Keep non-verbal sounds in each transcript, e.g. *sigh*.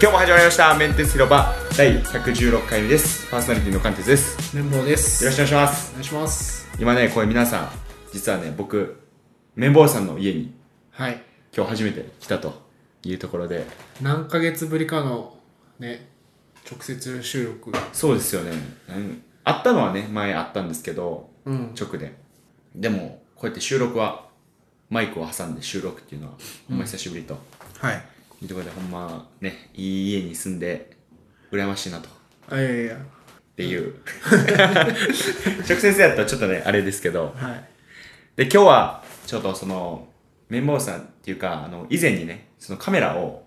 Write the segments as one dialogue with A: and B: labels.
A: 今日も始まりましたメンテス広場第116回目ですパーソナリティの関哲ですよ
B: 綿棒です
A: ろしくお願いします
B: お願いします
A: 今ねこれ皆さん実はね僕綿棒さんの家に
B: はい
A: 今日初めて来たというところで
B: 何ヶ月ぶりかのね直接収録
A: そうですよね、うん、あったのはね前あったんですけど
B: うん
A: 直ででもこうやって収録はマイクを挟んで収録っていうのはほんま久しぶりと、
B: はい
A: いうところでほんまねいい家に住んで羨ましいなと
B: あいやいや
A: っていう。直接やったらちょっとね、あれですけど。
B: はい
A: で、今日は、ちょっとその、綿棒さんっていうか、あの、以前にね、そのカメラを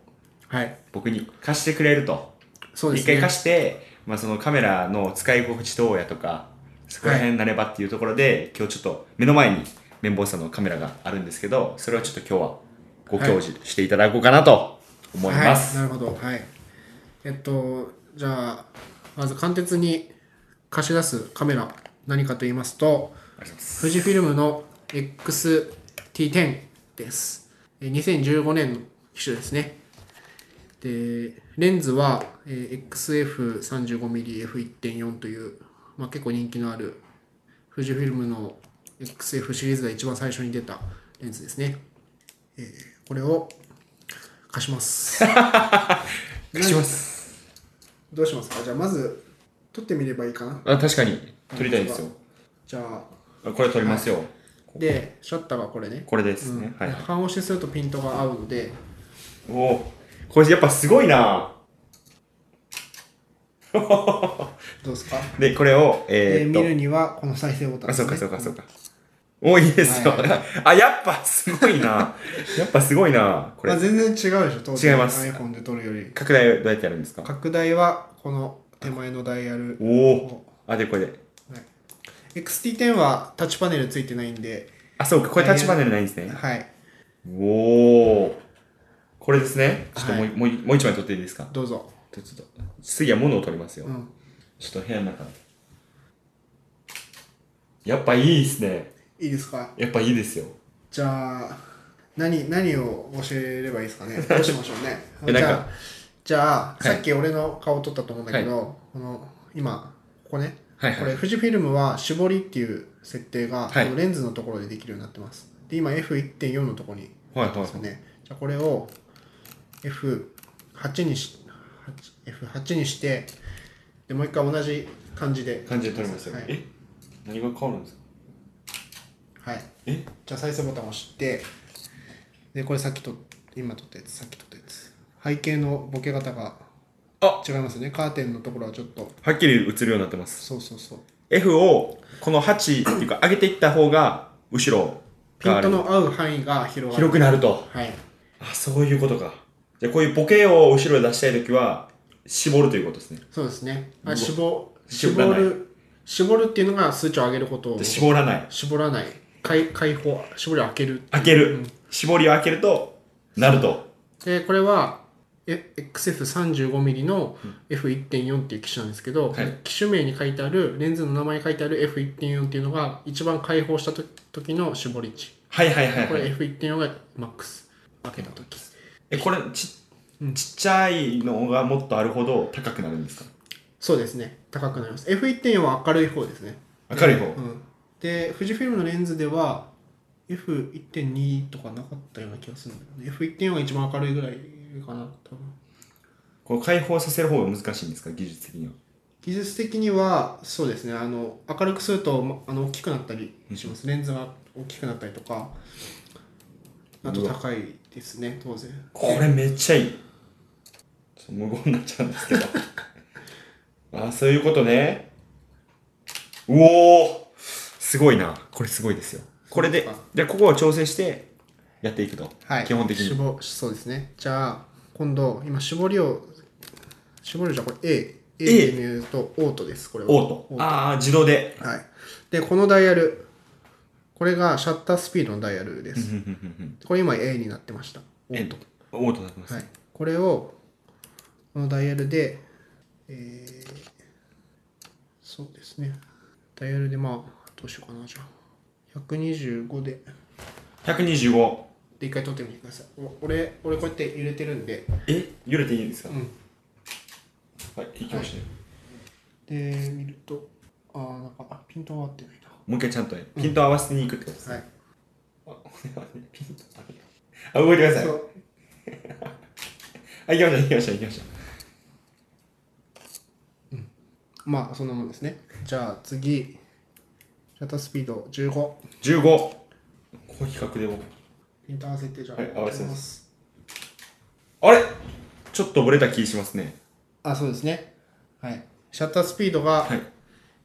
B: はい
A: 僕に貸してくれると。
B: そうです
A: 一回
B: ね
A: 貸して、まあそのカメラの使い心地どうやとか、そこら辺になればっていうところで、今日ちょっと目の前に綿棒さんのカメラがあるんですけど、それをちょっと今日はご教授していただこうかなと思います。
B: はい、なるほどはいえっとじゃあまず簡潔に貸し出すカメラ何かと言いますと
A: ありがとうございます
B: 富士フィルムの XT10 です。えー2015年の機種ですね。で、レンズは、えー XF35mmF1.4 という、まあ、結構人気のある富士フィルムの XF シリーズが一番最初に出たレンズですね。えーこれを貸し *laughs* ます。
A: 貸します。
B: どうしますかじゃあまず撮ってみればいいかな。
A: あ、確かに、撮りたいですよ。
B: じゃあ、
A: あこれ撮りますよ。
B: で、シャッターがこれね。
A: これですね。はい。
B: 半押しするとピントが合うので、
A: おお、これやっぱすごいな
B: どうですか
A: で、これを、えー
B: え
A: っ
B: 見
A: と、
B: るにはこの再生ボタン
A: あ、そう
B: ね
A: かそうかそうか。おいいですよ。
B: は
A: *laughs* あ、やっぱすごい
B: *laughs*
A: なやっぱすごいなこ
B: まあ、
A: れ、
B: 全然違うでしょ当然
A: 違います
B: iPhone で撮るより
A: 拡大どうやってやるんですか
B: 拡大はこの手前のダイヤル
A: おお。あ、で、これで。
B: XT10 はタッチパネルついてないんで
A: あ、そうか、これタッチパネルないんですね。
B: はい
A: おお。これですね。ちょっともう、
B: はい
A: もうい、もう一枚撮っていいですか
B: どうぞ
A: ちょっと、次は物を撮りますよ。
B: うん
A: ちょっと部屋の中。やっぱいいですね。
B: いいですか
A: やっぱいいですよ。
B: じゃあ何何を教えればいいです
A: *laughs*
B: かねどうしましょうね
A: えなん
B: じ
A: か
B: ゃあじゃあ、
A: はい
B: さっき俺の顔撮ったと思うんだけど、この今ここね
A: はい
B: これ富士フィルムは絞りっていう設定が、
A: はい
B: このレンズのところでできるようになってますで今 F1.4 のところに
A: はいはいは
B: ですよね。じゃあこれを F8 にし F8 にしてでもう一回同じ感じで
A: い。感じで撮りますよ。
B: はい、
A: え何が変わるんですか
B: はい、
A: え
B: じゃあ再生ボタンを押してでこれさっきと今撮ったやつさっき撮ったやつ背景のボケ方が
A: あ
B: 違いますよねカーテンのところはちょっと
A: はっきり映るようになってます。
B: そうそうそう
A: F をこの8っていうか上げていった方が後ろ
B: ピン
A: が
B: トの合う範囲が広がる
A: 広くなると。
B: はい
A: あ、そういうことか。じゃあこういうボケを後ろで出したいときは絞るということですね。
B: そうですね
A: う
B: あ
A: わ
B: 絞
A: 絞ら
B: 絞
A: ない
B: る絞るっていうのが数値を上げることを
A: で絞らない。
B: 絞らない開開放絞りを開ける
A: 開ける。絞りを開けるとなると。
B: でこれはえ XF35mm の F1.4 っていう機種なんですけど、
A: はい
B: 機種名に書いてあるレンズの名前に書いてある F1.4 っていうのが一番開放したと時の絞り値
A: はいはいはい
B: こ
A: は
B: れ
A: い。
B: F1.4 がマックス開けた時
A: え、これちちっちゃいのがもっとあるほど高くなるんですか
B: そうですね高くなります F1.4 は明るい方ですね
A: 明るい方。
B: うんで富士フィルムのレンズでは F1.2 とかなかったような気がするんだけど、ね、F1.4 が一番明るいぐらいかな多分
A: こう解放させる方が難しいんですか技術的には。
B: 技術的にはそうですねあの明るくするとまあの大きくなったりします、レンズが大きくなったりとかあと
A: うわ
B: 高いですね当然
A: これめっちゃいい。ちょっと無言になっちゃうんですけど。 *laughs* あーそういうことね。うおーすごいな。これすごいですよ。これで
B: そうか、
A: じゃあここを調整してやっていくと。
B: はい
A: 基本的に。
B: 絞そうですねじゃあ今度今絞りを絞りをじゃあこれ A A で見るとオートですこれは
A: オート。ああ、自動で。
B: はいでこのダイヤルこれがシャッタースピードのダイヤルです
A: ふんふんふんふん
B: これ今 A になってましたオ
A: え
B: ー
A: っ
B: ト
A: と、オートになってます。
B: はい、これをこのダイヤルで、えーそうですねダイヤルでまあどうしようかなじゃあ125で
A: 125。
B: で一回撮ってみてくださいお俺俺こうやって揺れてるんで
A: え揺れていいんですか
B: うん
A: はい、行きましたよ。
B: で、見ると、ああ、なんか、あピントが合ってない
A: もう一回ちゃんとね、ピント合わせに行くってことです
B: な。は
A: ね。
B: い。
A: あ *laughs* ピントあ、動いてください。
B: そう。
A: はい、行きました、行きました、行きました。
B: まあ、そんなもんですね。じゃあ、次。シャッタースピード15。
A: 15。この比較でも。
B: ピント合わせて、じゃあ、。
A: はい合わせますあれちょっとブレた気しますね。
B: あ、そうですね。はい。シャッタースピードが、
A: はい。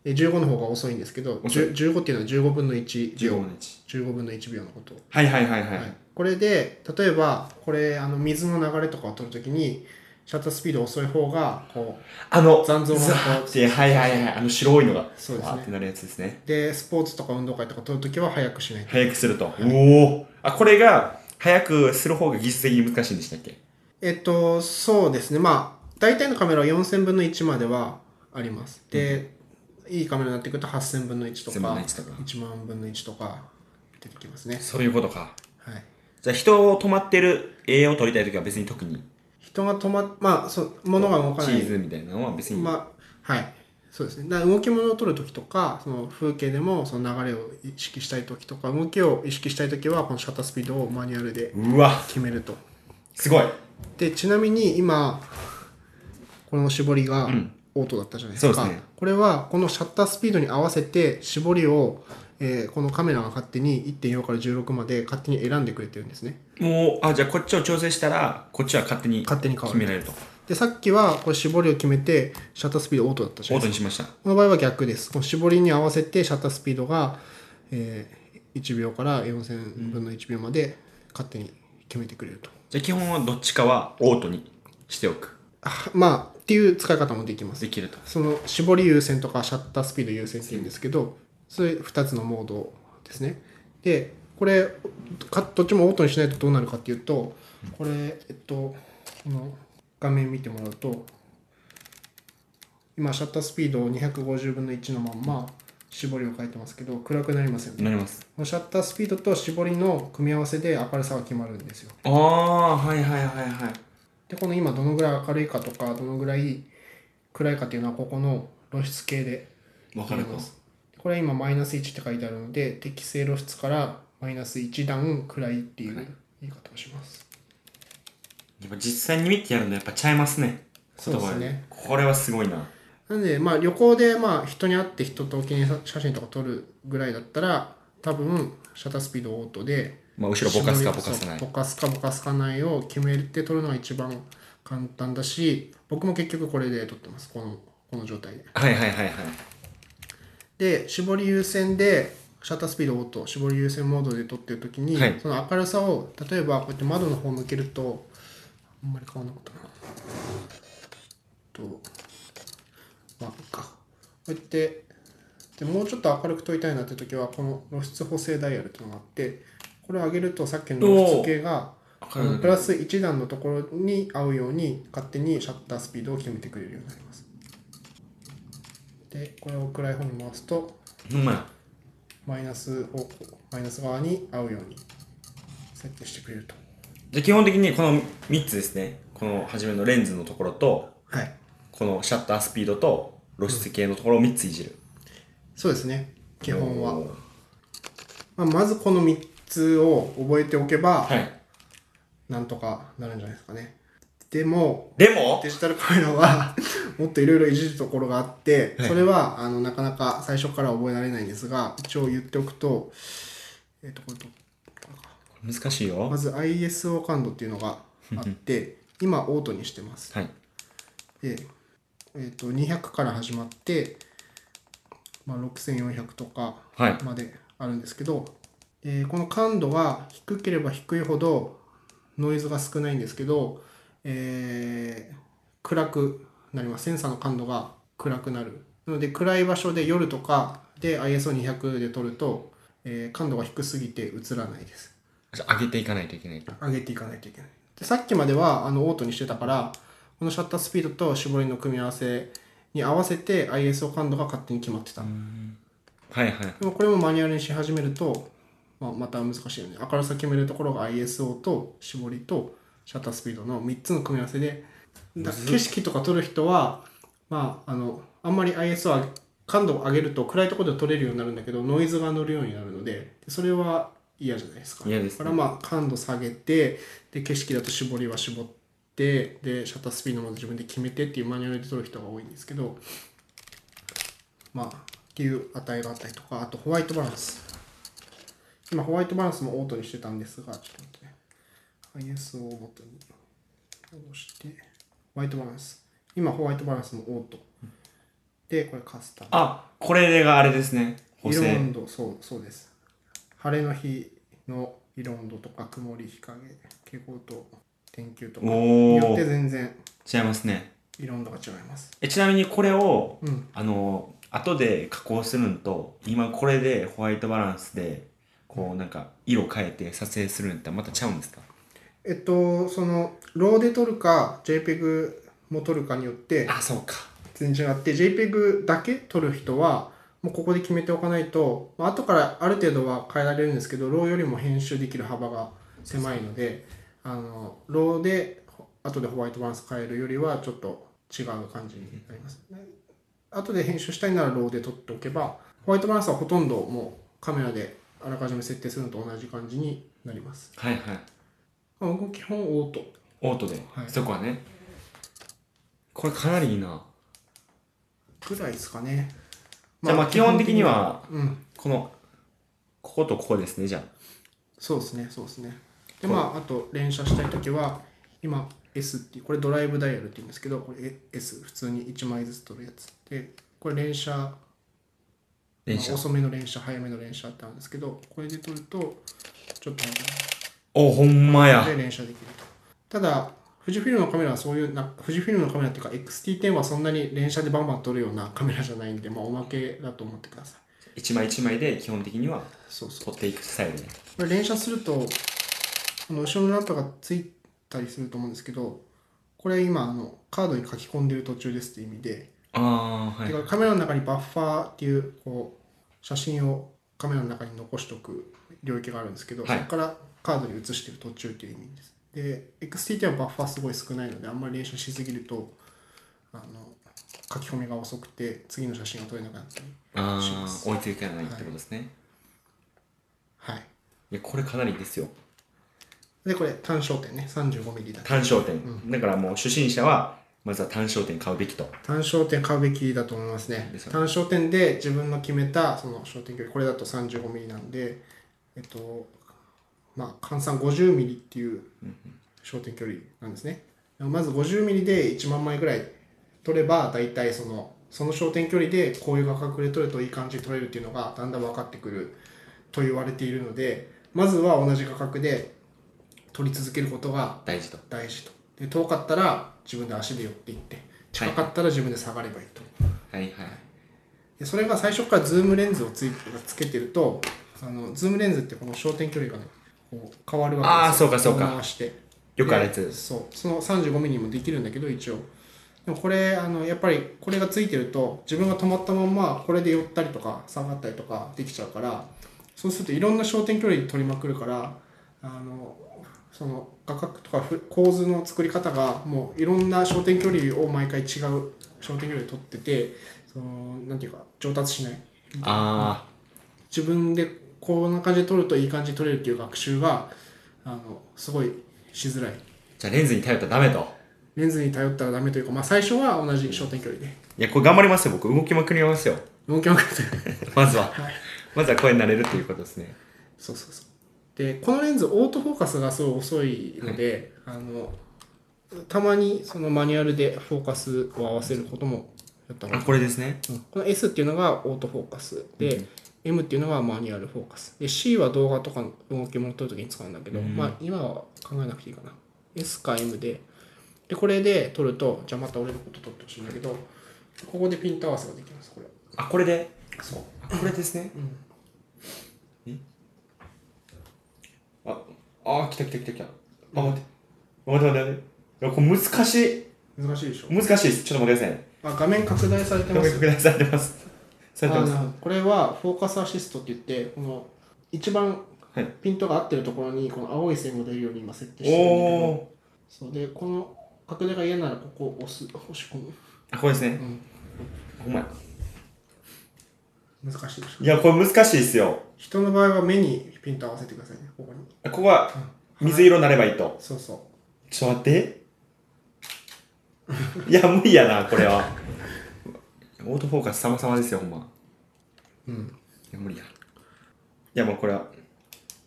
B: え15の方が遅いんですけど、
A: 遅い
B: 10 15っていうのは15分の1
A: 15
B: 秒
A: 分。の1。
B: 15分の1秒のこと。
A: はいはいはいはい。
B: はいこれで、例えば、これ、あの、水の流れとかを取るときに、シャッタースピード遅い方が、こう、
A: あの、
B: 残像が
A: ザーって、はいはいはい。あの白いのが、
B: そうですね
A: わーってなるやつですね。
B: で、スポーツとか運動会とか取るときは早くしないと。
A: 早くすると。おお。あ、これが、早くする方が技術的に難しいんでしたっけ
B: えっと、そうですね。まあ、大体のカメラは4000分の1まではあります。で、いいカメラになってくると8000分の1とか、
A: 1000分の1とか
B: 1万分の1とか出てきますね。
A: そういうことか。
B: はい。
A: じゃあ人を止まってる絵を撮りたいときは別に特に
B: 人が止まっ、まあ、そう、物が動か
A: チ
B: ない
A: ー。ズみたいなのは別に、
B: まあ、はい。そうですね。だから動き物を撮るときとか、その風景でもその流れを意識したいときとか、動きを意識したいときは、このシャッタースピードをマニュアルで
A: うわ
B: 決めると。
A: すごい
B: でちなみに今この絞りが
A: ん
B: オートだったじゃないですか、
A: そうですね
B: これはこのシャッタースピードに合わせて絞りを、えーこのカメラが勝手に1.4から16まで勝手に選んでくれてるんですね
A: もうあじゃあこっちを調整したらこっちは勝手に
B: 勝手に変わ
A: 決
B: る
A: められると
B: でさっきはこれ絞りを決めてシャッタースピードオートだったじゃ
A: オ
B: な
A: ー
B: い
A: ト
B: ですか
A: にしました
B: この場合は逆ですこの絞りに合わせてシャッタースピードが、えー1秒から4000分の1秒まで勝手に決めてくれると、
A: じゃあ基本はどっちかはオートにしておく
B: あまあっていう使い方もできます
A: できると
B: その絞り優先とかシャッタースピード優先って言うんですけど、それ2つのモードですね。で、これ、かどっちもオートにしないとどうなるかっていうと、これ、えっと、この画面見てもらうと、今、シャッタースピードを250分の1のまんま、絞りを変えてますけど、暗くなりますよね。
A: なります
B: このシャッタースピードと絞りの組み合わせで明るさが決まるんですよ。
A: ああはいはいはいはい
B: でこの今どのぐらい明るいかとかどのぐらい暗いかっていうのはここの露出系で
A: 分かる
B: 見
A: と
B: えますこれは今マイナス1って書いてあるので適正露出からマイナス1段暗いっていう言い方をします、
A: やっぱ実際に見てやるのやっぱちゃいますね
B: そうで
A: 言
B: すね
A: 葉よりこれはすごいな
B: なのでまあ旅行でまあ人に会って人と記念写真とか撮るぐらいだったら多分シャッタースピードオートで
A: まあ後ろぼかすかぼかさない
B: そうぼかすかぼかすかないを決めて撮るのが一番簡単だし僕も結局これで撮ってますこのこの状態で
A: はいはいはいはい
B: で絞り優先でシャッタースピードオート絞り優先モードで撮ってる時に、
A: はい
B: その明るさを例えばこうやって窓の方向けるとあんまり変わんなかったなとまあいいかこうやってでもうちょっと明るく撮りたいなって時はこの露出補正ダイヤルっていうのがあってこれを上げるとさっきの露出系が
A: 明るい
B: あのプラス1段のところに合うように勝手にシャッタースピードを決めてくれるようになりますでこれを暗い方に回すと
A: ほんまや
B: マイナス方向マイナス側に合うように設定してくれると
A: じゃあ基本的にこの3つですねこの初めのレンズのところと
B: はい
A: このシャッタースピードと露出系のところを3ついじる
B: そうですね基本は、
A: おー
B: まあ、まずこの3つを覚えておけば、
A: はい
B: なんとかなるんじゃないですかねでも
A: でも
B: デジタルカメラは *laughs* もっといろいろいじるところがあって、
A: はい
B: それはあのなかなか最初から覚えられないんですが一応言っておくと,、えっとこれと
A: 難しいよ
B: まず ISO 感度っていうのがあって今オートにしてます
A: はい
B: で、えっと200から始まって、まあ、6400とか
A: はい
B: まであるんですけど、えーこの感度が低ければ低いほどノイズが少ないんですけど、えー暗くなりますセンサーの感度が暗くなるなので暗い場所で夜とかで ISO200 で撮ると、えー感度が低すぎて映らないです
A: じゃあ上げていかないといけないと
B: 上げていかないといけないでさっきまではあのオートにしてたからこのシャッタースピードと絞りの組み合わせに合わせて ISO 感度が勝手に決まってた、
A: はいはい
B: でもこれもマニュアルにし始めると、まあ、また難しいよね明るさ決めるところが ISO と絞りとシャッタースピードの3つの組み合わせでだ景色とか撮る人はまあ、あの、あんまり IS は感度を上げると暗いところで撮れるようになるんだけど、ノイズが乗るようになるので、それは嫌じゃないですか。
A: 嫌ですね
B: だからまあ、感度下げて、で、景色だと絞りは絞って、で、シャッタースピードも自分で決めてっていうマニュアルで撮る人が多いんですけど、まあ、っていう値があったりとか、あとホワイトバランス。今、ホワイトバランスもオートにしてたんですが、ちょっと待ってね。IS をボトに戻して、ホワイトバランス。今、ホワイトバランスもオート。で、これカスタム。
A: あ、これがあれですね。補
B: 色
A: 正。
B: 温度、そう、そうです。晴れの日の色温度とか、曇り、日陰、蛍光と天球とかに
A: お
B: よって
A: ー。
B: 全然
A: 違いますね。
B: 色温度が違います。
A: えちなみにこれを、
B: うん。
A: あの、後で加工するのと、今これでホワイトバランスで、こうなんか色変えて撮影するのってまたちゃうんですか
B: えっと、その、ローで撮るか、JPEG も撮るかによって、
A: あ、そうか。
B: 全然違って JPEG だけ撮る人はもうここで決めておかないと、まあ後からある程度は変えられるんですけど RAW よりも編集できる幅が狭いのであの RAW で後でホワイトバランス変えるよりはちょっと違う感じになります、後で編集したいなら RAW で撮っておけばホワイトバランスはほとんどもうカメラであらかじめ設定するのと同じ感じになります
A: はいはい。
B: まあ僕基本オート
A: オートで、
B: はい
A: そこはね。これかなりいいな。
B: ぐらいですかね
A: じゃあまあ基本的には
B: 基本的にうん
A: この、こことここですね、じゃあ。
B: そうですね、そうですね。で、まあ、あと連写したいときは、今、S っていう、これドライブダイヤルって言うんですけど、これ S、普通に1枚ずつ撮るやつ。で、これ連写、
A: 電車
B: まあ。遅めの連写、早めの連写ってあるんですけど、これで撮ると、ちょっと早
A: お、ほんまや。
B: めで連写できると。ただ、富士フィルムのカメラはそういうな、富士フィルムのカメラっていうか、XT10 はそんなに連写でバンバン撮るようなカメラじゃないんで、まあ、おまけだと思ってください。
A: 一枚一枚で基本的には
B: そうそう。
A: 取っていくスタイルで。
B: これ連写するとあの後ろのランプがついたりすると思うんですけどこれ今あのカードに書き込んでる途中ですっていう意味で、
A: ああ、はい
B: てか。カメラの中にバッファーっていうこう写真をカメラの中に残しておく領域があるんですけど、
A: はい
B: そこからカードに写してる途中っていう意味ですで XT はバッファーすごい少ないのであんまり練習しすぎるとあの書き込みが遅くて次の写真が撮れなくなったり
A: あ
B: しま
A: あ
B: す
A: ー、置いていかないってことですね。い、
B: はい
A: や、これかなりですよ。
B: でこれ単焦点ね 35mm だけ
A: 単焦点、だからもう初心者は、まずは単焦点買うべきと。
B: 単焦点買うべきだと思いますね
A: ですよね
B: 単焦点で自分の決めたその焦点距離これだと 35mm なんでえっとまあ換算 50mm っていう焦点距離なんですねまず 50mm で1万枚ぐらい取れば大体そのその焦点距離でこういう画角で撮るといい感じに撮れるっていうのがだんだん分かってくると言われているのでまずは同じ画角で撮り続けることが
A: 大事と。
B: 大事とで遠かったら自分で足で寄っていって近かったら自分で下がればいいと、
A: はいはい。
B: でそれが最初からズームレンズをついつけてるとあのズームレンズってこの焦点距離がねこう変わるわけです
A: あーそうかそうか
B: 回して
A: よくあるやつ
B: でそうその 35mm もできるんだけど一応でもこれあのやっぱりこれがついてると自分が止まったまんまこれで寄ったりとか下がったりとかできちゃうからそうするといろんな焦点距離取りまくるからあのその画角とかふ構図の作り方がもういろんな焦点距離を毎回違う焦点距離で取っててそのなんていうか上達しない
A: あ
B: 自分でこんな感じで撮るといい感じに撮れるっていう学習があのすごいしづらい
A: あ、じゃあレンズに頼ったらダメと。
B: レンズに頼ったらダメというか、まあ、最初は同じ焦点距離で
A: いや、これ頑張りますよ、僕。動きまくりますよ。 *laughs*
B: 動きまくって
A: まずは。
B: はい
A: まずはこれになれるっていうことですね。
B: そうそうそうでこのレンズオートフォーカスがすごい遅いので、あのたまにそのマニュアルでフォーカスを合わせることもやった
A: あ、
B: の
A: これですね。
B: うんこの S っていうのがオートフォーカスで、M っていうのがマニュアルフォーカスで C は動画とかの動き物撮るときに使うんだけど、まあ今は考えなくていいかな S か M ででこれで撮るとじゃあまた俺のこと撮ってほしいんだけどここでピント合わせができますこれ
A: あ、これで。
B: そう
A: あこれですね。えあ、あ、来た来た来た来た。あ、待って。待って待って待って。いや、これ難しい。
B: 難しいでしょ
A: 難しいです。ちょっと待ってくださいね。
B: あ画面拡大されて
A: ご
B: ま
A: めん
B: す
A: くだされてます。されて
B: あ
A: ます。
B: のこれはフォーカスアシストって言ってこの一番
A: はい
B: ピントが合ってるところにこの青い線が出るように今設定してるんだけど
A: お
B: そうでこの拡大が嫌ならここを押す押し込む
A: ー。あこれですね。
B: う
A: ほんまや。
B: ん、難しいでしょ
A: いや、これ難しいですよ。
B: 人の場合は目にピント合わせてくださいねここに
A: ここは水色になればいいと。
B: そうそ
A: ちょっと待 *laughs* って。いや、無理やな、これは。オートフォーカス様々ですよ、ほんま。
B: ううん
A: いや、無理や。いや、もうこれは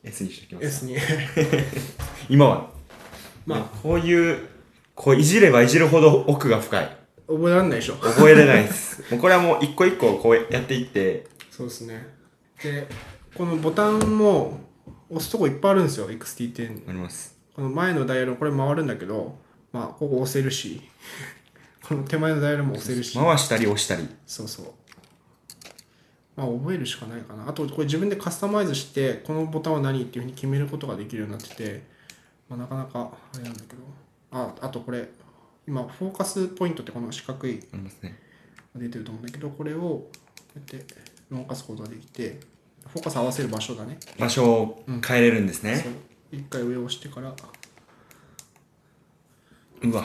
A: S にしておきます。
B: S に *laughs*
A: 今は。
B: まあ
A: ねこういう、こういじればいじるほど奥が深い。
B: 覚えられないでしょ
A: 覚えれないです。もうこれはもう一個一個こうやっていって、
B: そうですねでこのボタンも押すとこいっぱいあるんですよ XT10
A: なります。
B: この前のダイヤルこれ回るんだけどまあここ押せるし *laughs* この手前のダイヤルも押せるし
A: 回したり押したり。
B: そうそうまあ覚えるしかないかなあとこれ自分でカスタマイズしてこのボタンは何っていうふうに決めることができるようになってて、まあ、なかなかあれなんだけどああとこれ今フォーカスポイントってこの四角い
A: ありますね。
B: 出てると思うんだけどこれをこうやって動かすことができてフォーカス合わせる場所だね
A: 場所を変えれるんです
B: そ
A: ね
B: う。一回上を押してから
A: うわ。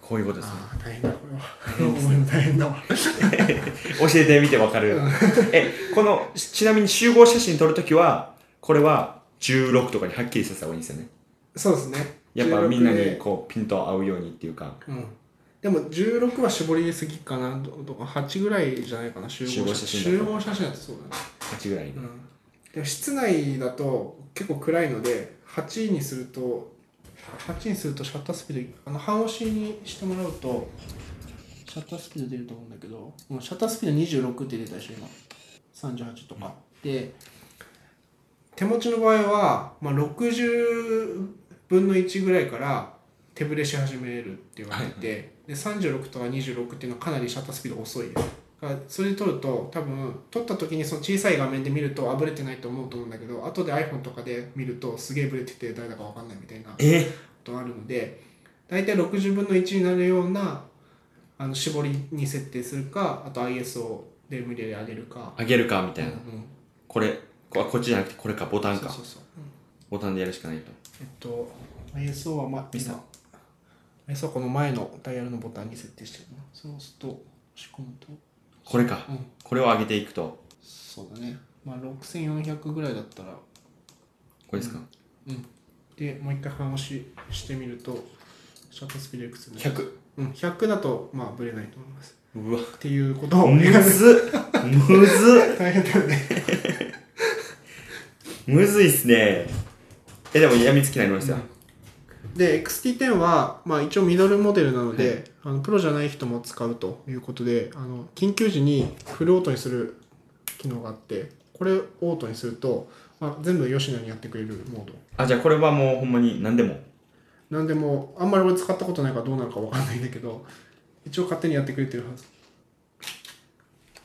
A: こういうことですね。
B: あー大変だこれは覚えるの *laughs* 大変だわ
A: 教えてみてわかる。え、この、ちちなみに集合写真撮るときは、これは16とかにはっきりさせた方がいいんですよね。
B: そうですね
A: やっぱみんな
B: 16
A: に
B: で
A: こう、ピント合うようにっていうか、
B: うんでも16は絞りすぎかなどどこ8ぐらいじゃないかな集
A: 集合
B: 合
A: 写
B: 写
A: 真
B: 真
A: だと
B: 集合写真だとそうだね、
A: 8ぐらいに
B: う。ん、でも室内だと結構暗いので8にすると8にするとシャッタースピードあの半押しにしてもらうとシャッタースピード出ると思うんだけどもうシャッタースピード26って出たでしょ今38とか、で手持ちの場合は、まあ、60分の1ぐらいから手ぶれし始めるって言われてて、で36とか26っていうのはかなりシャッタースピード遅いよだからそれで撮ると多分撮った時にその小さい画面で見るとあぶれてないと思うと思うんだけど後で iPhone とかで見るとすげえブレてて誰だか分かんないみたいなこ
A: え
B: とあるので大体60分の1になるようなあの絞りに設定するかあと ISO で無理やり上げるか、
A: あげるかみたいな。
B: うんうん
A: これ、ここっちじゃなくてこれか、ボタン
B: そう
A: か
B: そ。うそう、うん
A: ボタンでやるしかないと。
B: えっと、ISO は、ま、
A: ミスター
B: 今 ISO はこの前のダイヤルのボタンに設定してるの。そうすると、押し込むと、
A: これか
B: うん。
A: これを上げていくと。
B: そうだね。まあ、6400ぐらいだったら、
A: これですか
B: うん。で、もう一回半押ししてみると、シャッタースピードいくつになる
A: ?100。
B: うん、100だと、まあ、ぶれないと思います。
A: うわ。
B: っていうことを、
A: むずっむずっ
B: 大変だよね。
A: むずいっすね。え、でもやみつきになりました。
B: で XT10 は、まあ、一応ミドルモデルなので、あのプロじゃない人も使うということであの緊急時にフルオートにする機能があってこれをオートにすると、まあ、全部吉野にやってくれるモード
A: あ、じゃあこれはもうほんまに何でも。
B: なんでもあんまり俺使ったことないからどうなるかわかんないんだけど一応勝手にやってくれてるはず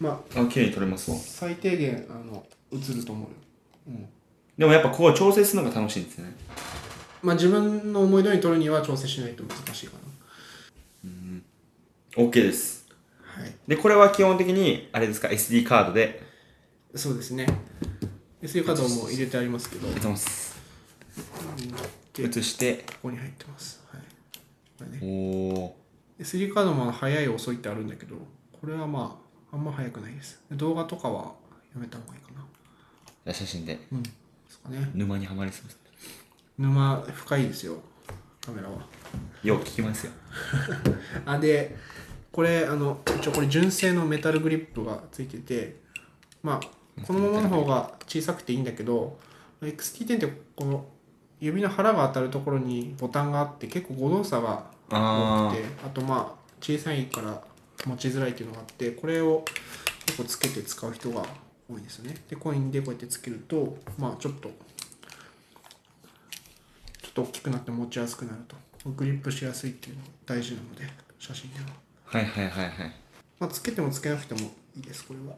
B: ま
A: あ、綺麗に撮れます
B: あ
A: わ。
B: 最低限あの映ると思うよ、うん
A: でもやっぱこう調整するのが楽しいんですね。
B: まあ、自分の思い通りに撮るには調整しないと難しいか
A: OK です。
B: なはい
A: で、これは基本的に、あれですか、SD カードで。
B: そうですね SD カードも入れてありますけど
A: 映します。
B: で
A: 映して。
B: ここに入ってます、はいこれね、
A: おー。
B: SD カードも速い遅いってあるんだけどこれはまああんま速くないですで動画とかはやめた方がいいか
A: じ
B: な
A: ゃあ写真で。
B: うんですかね
A: 沼にはまりそうです。
B: 沼深いですよカメラは
A: よう聞きますよ。
B: あでこれあの一応これ純正のメタルグリップがついててまあこのままの方が小さくていいんだけど XT10 ってこの指の腹が当たるところにボタンがあって結構誤動作が多
A: あ
B: くてあとまあ小さいから持ちづらいっていうのがあってこれを結構つけて使う人が多いですよねでコインでこうやってつけるとまあちょっとちょっと大きくなって持ちやすくなるとグリップしやすいっていうのが大事なので写真では、
A: ー。はいはいはいはい。
B: まあ、つけてもつけなくてもいいですこれは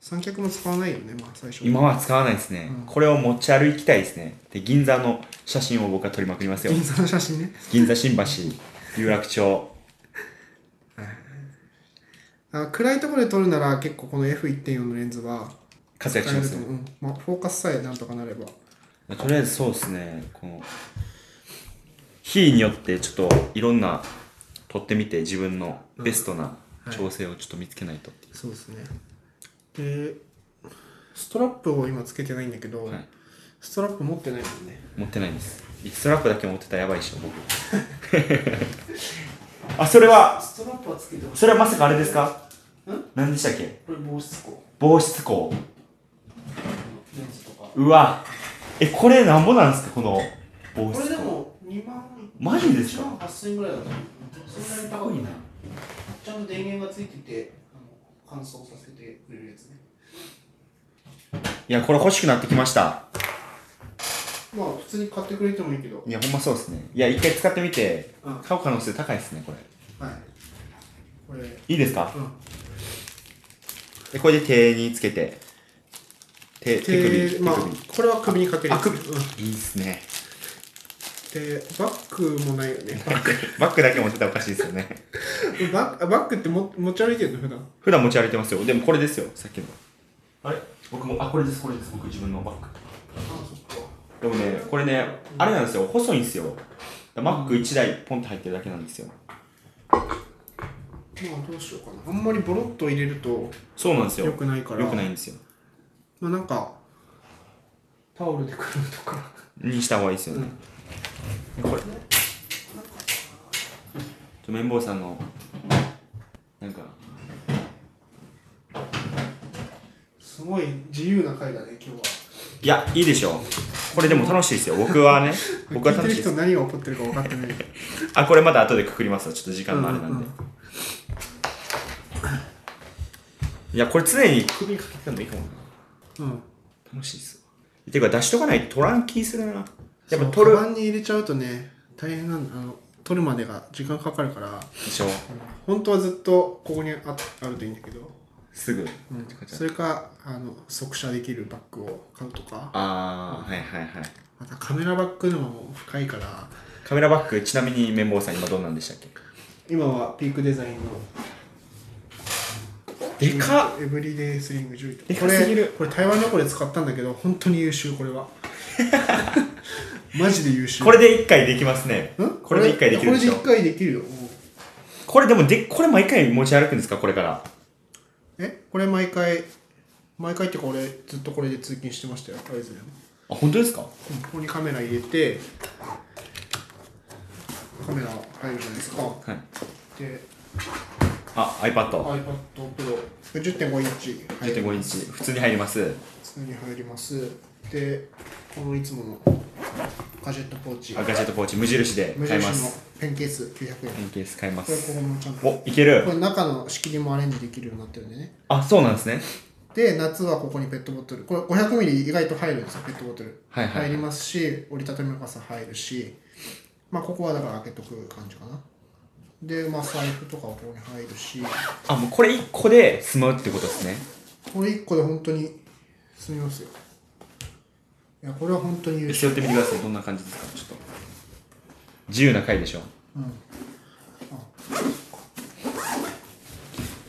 B: 三脚も使わないよねまあ最初
A: 今は使わないですね。これを持ち歩きたいですね。で、銀座の写真を僕は撮りまくりますよ
B: 銀。座の写真ね
A: 銀座新橋、有楽町。
B: あ暗いところで撮るなら結構この F1.4 のレンズは
A: 活躍しますね
B: 使えると思ううんまあ、フォーカスさえなんとかなれば
A: まあとりあえずそうですねこの日によってちょっといろんな撮ってみて自分のベストな
B: うんはい
A: 調整をちょっと見つけないとってい
B: そうですねでストラップを今つけてないんだけど、
A: う、はい、
B: ストラップ持ってないもんね
A: 持ってないんですストラップだけ持ってたらやばいっしょ僕 *laughs* あそれは
B: ストラップはつけてほしい
A: それはまさかあれですか
B: ん
A: 何でしたっけ
B: これ防湿庫
A: 防湿庫
B: レンズとか
A: うわえこれなんぼなんですかこの防
B: これ
A: 湿
B: で
A: 庫
B: も2万
A: マジです
B: 1万
A: か
B: 8000円ぐらいだと思うそんなに高くない
A: な
B: ちゃんと電源がついててあの乾燥させてくれるやつね
A: いやこれ欲しくなってきました
B: まあ普通に買ってくれてもいいけど
A: いやほんまそうですねいや一回使ってみて
B: うん
A: 買う可能性高いですねこれ
B: はいこれ
A: いいですか
B: うん
A: でこれで手につけて手手首手
B: で
A: 首、
B: まあこれは首にかけるやつ
A: あ首
B: うん
A: いいっすね *laughs*
B: でバッグもないよ
A: *laughs*
B: ね
A: バッグだけ持ってたらおかしいですよね
B: バッバッグっても持ち歩いてるの普段
A: 普段持ち歩いてますよでもこれですよさっきのあれ僕もあこれですこれです僕自分のバッグ
B: あそっか
A: でもねこれねあれなんですよ細いんですよマック1台ポンって入ってるだけなんですよ
B: まあどうしようかなあんまりボロッと入れると
A: そうなんですよ
B: 良くないから
A: 良くないんですよ
B: まあなんかタオルでくるむとか
A: にした方がいいですよね、これちょっと綿棒さんのなんか
B: すごい自由な回だね今日はい
A: やいいでしょうこれでも楽しいですよ僕は
B: *laughs*
A: ね僕は
B: 聞いて
A: 楽し
B: る
A: いで
B: 人
A: す
B: 何が起こってるか分かってない
A: あこれまた後でくくりますわちょっと時間のあれなんで、
B: うんうんうん
A: いやこれ常に首にかけてもいいかもな
B: うん
A: 楽しいですわていうか出しとかないと取らん気するなやっぱ
B: そう
A: 取
B: カ
A: る
B: バンに入れちゃうとね大変なんだあの取るまでが時間かかるから
A: でしょ
B: 本当はずっとここにああるといいんだけど、
A: すぐ、
B: うんそれかあの即写できるバッグを買うとか
A: ああはいはいはい
B: またカメラバッグのも深いから
A: カメラバッグちなみに綿棒さん今どんなんでしたっけ
B: 今はピークデザインの
A: でか
B: エブリデイスリング11
A: で
B: こ
A: かすぎる
B: れこれ台湾旅行で使ったんだけど本当に優秀これは *laughs* マジで優秀
A: これで1回できますね
B: ん
A: これで1回できるでしょ
B: これで1回できるよもう
A: これでもでこれ毎回持ち歩くんですかこれから
B: えこれ毎回毎回っていうか俺ずっとこれで通勤してましたよあれですね
A: あ本当ですか
B: うんここにカメラ入れてカメラ入るじゃないですか
A: はい
B: で
A: あ iPad10.5
B: iPadPro10.5 インチ入る
A: インチ普通に入ります
B: 普通に入りますでこのいつものガジェットポーチ
A: あガジェットポーチ無印で
B: 無
A: 買い
B: 印
A: ま
B: の
A: す
B: ペンケース
A: ペ
B: 900円
A: ンケース買いま
B: これこ
A: す
B: こもちゃんとこ
A: おいける
B: れ中の仕切りもアレンジできるようになってるんでね
A: あそうなんですね
B: で夏はここにペットボトルこれ500ミリ意外と入るんですよペットボトル、
A: はいはいはい
B: 入りますし折りたたみの傘入るしまあここはだから開けとく感じかなでまあ財布とかはここに入るし
A: あもうこれ1個で済むってことですね
B: これ1個で本当に済みますよいやこれは本当に優
A: 背
B: 秀
A: 負ってみてくださいどんな感じですかちょっと自由な回でしょこ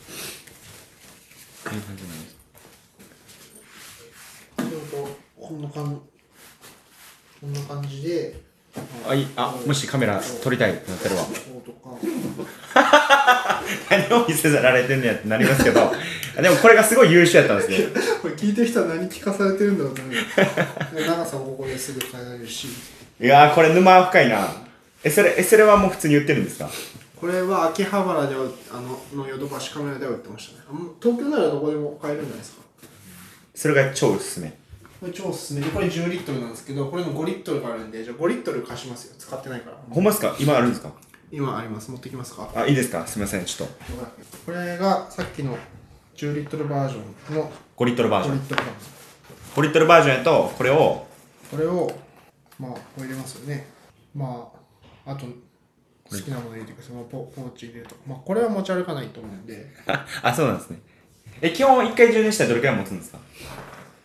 A: んな感じなんです
B: ちょうどこんな感じこんな感じで
A: あいあもしカメラ撮りたいってなったらは
B: こうとか
A: *laughs* 何を見せられてんねやってなりますけど *laughs* でもこれがすごい優秀やったんですね
B: これ聞いてる人は何聞かされてるんだろうと思うで長さもここですぐ変えられるし
A: *laughs* いやーこれ沼深いなえそれえそれはもう普通に売ってるんですか
B: これは秋葉原ではあののヨドバシカメラでは売ってましたねあもう東京ならどこでも買えるんじゃないですか
A: それが超おすすめ
B: これ超おすすめでこれ10リットルなんですけどこれの5リットルがあるんでじゃあ5リットル貸しますよ使ってないから
A: ほんまですか今あるんですか
B: 今あります持ってきますか
A: あいいですかすみませんちょっと
B: これがさっきの10リットルバージョンの
A: 5リットルバージョ
B: 5リ
A: ン
B: ットルバージョン
A: 5リットルバージョンやとこれを
B: これをまあこう入れますよねまああと好きなもの入れてください、まあ、ポポーチ入れるとかまあこれは持ち歩かないと思うんで
A: あ *laughs* あそうなんですねえ基本1回充電したらどれくらい持つんですか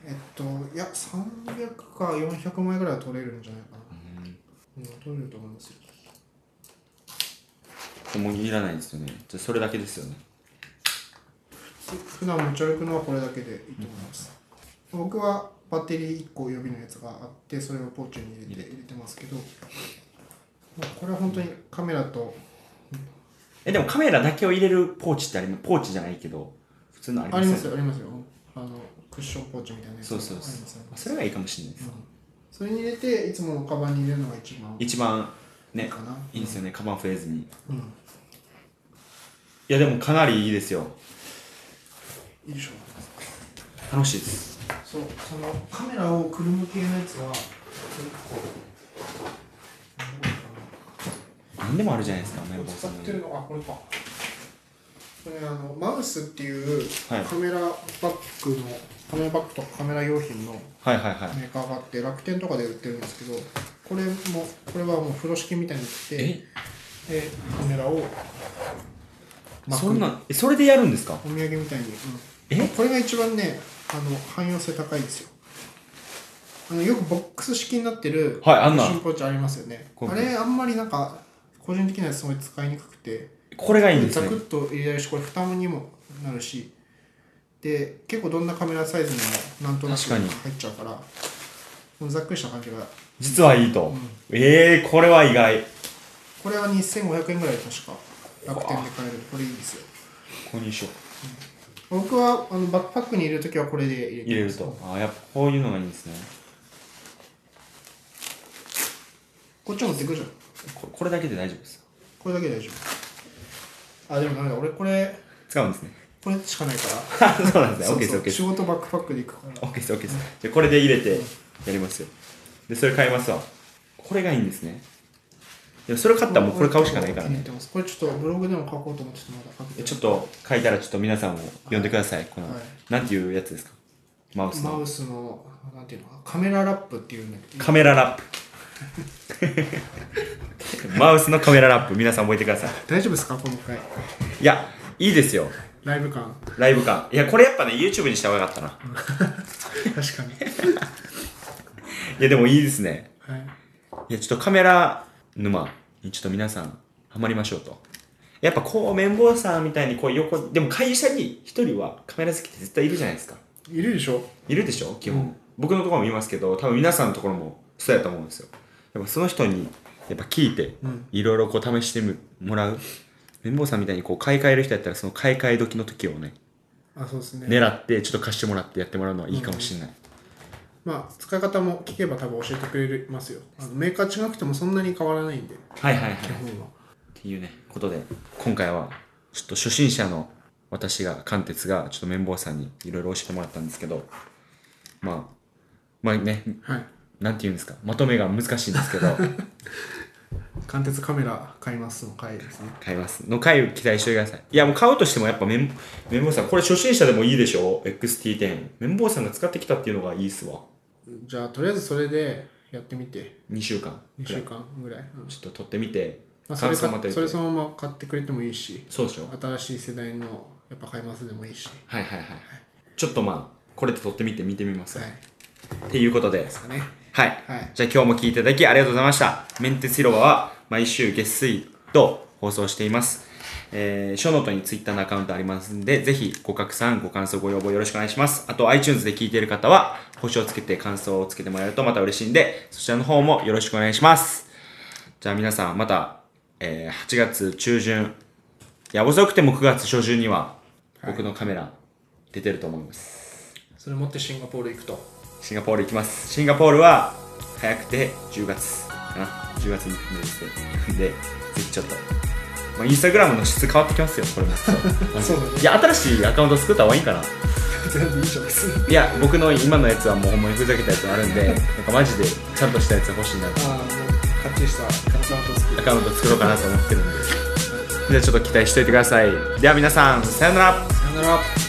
B: えっといや300か400枚ぐらいは取れるんじゃないかなうん、取れると思いますよ
A: もういらないですよねじゃあそれだけですよね
B: 普段持ち歩くのはこれだけでいいと思います、僕はバッテリー1個予備のやつがあってそれをポーチに入れて入れてますけど、まあ、これは本当にカメラと
A: え、でもカメラだけを入れるポーチってあります、ポーチじゃないけど、普通のあり
B: あ
A: ま
B: り
A: すよ
B: ま
A: ね
B: すよ、ありますよ。あの、クッションポーチみたいなやつ。
A: そうそう
B: あり
A: そ
B: ますあり
A: う。
B: ます
A: それはいいかもしれないです。
B: それに入れて、いつものカバンに入れるのが一番い
A: 一番、ね
B: いか、な。
A: いいですよね、カバン増えずに。い
B: うん。
A: や、でもかなりいいですよ。
B: いいでしょう。
A: 楽しいです。
B: そう、そのカメラをくるむ系のやつは、結構、なんだろうかな。
A: 何でもあるじゃないですか、綿棒
B: 使
A: さ
B: っ
A: んの
B: てるのがこれかこれあのマウスっていう
A: はい
B: カメラバッグの、カメラバッグとかカメラ用品の
A: はいはいはい。
B: メーカーがあって楽天とかで売ってるんですけどこれもこれはもう風呂敷みたいになってて
A: え、
B: でカメラを巻く
A: そんな、えそれでやるんですか
B: お土産みたいに、うん、
A: え
B: これが一番ねあの汎用性高いですよあのよくボックス式になってる
A: はいあんな
B: クッションポーチありますよね
A: こう
B: あれあんまりなんか個人的にはすごい使いにくくて
A: これがいいんです
B: ザ
A: ね
B: ク。ッと入れられるしこれ蓋にもなるしで結構どんなカメラサイズにもなんとなく
A: 確か
B: 入
A: に
B: っちゃうからこのざっくりした感じが
A: 実はいいと。ええー、これは意外。
B: これは2500円ぐらいで確か楽天で買えるこれいいですよ
A: 購入しよう。
B: 僕はあのバックパックに入れるときはこれで入れて
A: 入れると。ああ、やっぱこういうのがいいんですね。
B: こっち持ってくるじゃん
A: ここれだけで大丈夫です。
B: これだけで大丈夫あでもダメだ俺これ
A: 使うんです *laughs* ね。
B: これしかないから
A: あそうなんです
B: そ
A: ね。OK で
B: う
A: す、
B: そ
A: OK
B: う
A: です
B: 仕。事バックパックで行くから
A: OK です、OK です。じゃあこれで入れてやりますよ。で、それ買いますわ。これがいいんですね。でもそれ買ったらもうこれ買うしかないから
B: 気に入っ
A: ね
B: て。ますこれちょっとブログでも書こうと思っててまだ書けてない
A: ちょっと書いたらちょっと皆さんも読んでください。この
B: はい、
A: なんていうやつですかマウス
B: マ
A: の。
B: ウスのなんていうのかカメララップっていうんだけど
A: カメララッ
B: *laughs*
A: プ。マウスのカメララップ、皆さん覚えてください。
B: 大丈夫ですか今回
A: いや、いいですよ。
B: ライブ感
A: ライブ感。いや、これやっぱね、YouTube にした方がよかったな。
B: 確かに
A: いや、でもいいですね。
B: はい
A: いや、ちょっとカメラ沼にちょっと皆さん、ハマりましょうと。やっぱこう、綿棒さんみたいにこう横、でも会社に一人はカメラ好きって絶対いるじゃないですか。
B: いるでしょ
A: いるでしょ基本、
B: うん
A: 僕のところもいますけど、多分皆さんのところもそうやと思うんですよ。やっぱその人に、やっぱ聞いて
B: うん、
A: いろいろこう試してみもらう。綿棒さんみたいにこう買い替える人やったら、その買い替え時の時をね、
B: あそうですね
A: 狙ってちょっと貸してもらってやってもらうのはいいかもしれない。
B: まあ使い方も聞けば多分教えてくれますよあのメーカー違くてもそんなに変わらないんで
A: はいはいはい。
B: 基本は
A: っていうね、ことで、今回は、ちょっと初心者の私が、貫徹が、ちょっと綿棒さんにいろいろ教えてもらったんですけど、まあ、まあね、
B: はい
A: なんて言うんですか、まとめが難しいんですけ
B: *laughs*
A: ど、
B: 貫徹カメラ買いますの回ですね
A: 買います。の回を期待しておいてください。いや、もう買うとしてもやっぱ綿、綿棒さん、これ初心者でもいいでしょ ?XT10。綿棒さんが使ってきたっていうのがいいっすわ。
B: じゃあとりあえずそれでやってみて
A: 2週間
B: 2
A: くら
B: 週
A: い。
B: 間ぐらい、うん
A: ちょっと撮ってみて、
B: まあ、それ
A: ま
B: か
A: た言って
B: それそのまま買ってくれてもいいし
A: そうでしょ
B: 新しい世代のやっぱ買いますでもいいし
A: はいはいはい。ちょっとまあ、これで撮ってみて、見てみます。
B: はい
A: わ
B: で
A: っていうことで、
B: すかね
A: はい。
B: はい
A: じゃあ今日も聞いていただきありがとうございました。メンテス広場は毎週月水と放送しています。えー、ショーノートにツイッターのアカウントありますんで、ぜひご拡散、ご感想、ご要望よろしくお願いします。あと iTunes で聞いている方は、星をつけて感想をつけてもらえるとまた嬉しいんで、そちらの方もよろしくお願いします。じゃあ皆さんまた、えー、8月中旬、いや、遅くても9月初旬には、僕のカメラ出てると思います。
B: それ持ってシンガポール行くと
A: シンガポール行きます。シンガポールは早くて10月かな。10月に行くんですけどで、ぜひちょっと。まあ、インスタグラムの質変わってきますよ、これも。
B: *laughs* そうだね
A: いや、新しいアカウント作った方がいいかな。
B: *laughs* 全部いいじゃん *laughs* 別に
A: いや、僕の今のやつはもうほんまにふざけたやつあるんで、なんかマジでちゃんとしたやつ欲しいなと。
B: ああもうかっちりしたカツアート作
A: ア
B: る
A: カウント作ろうかなと思ってるんで。じゃあちょっと期待しておいてください。では皆さん、さよなら
B: さよなら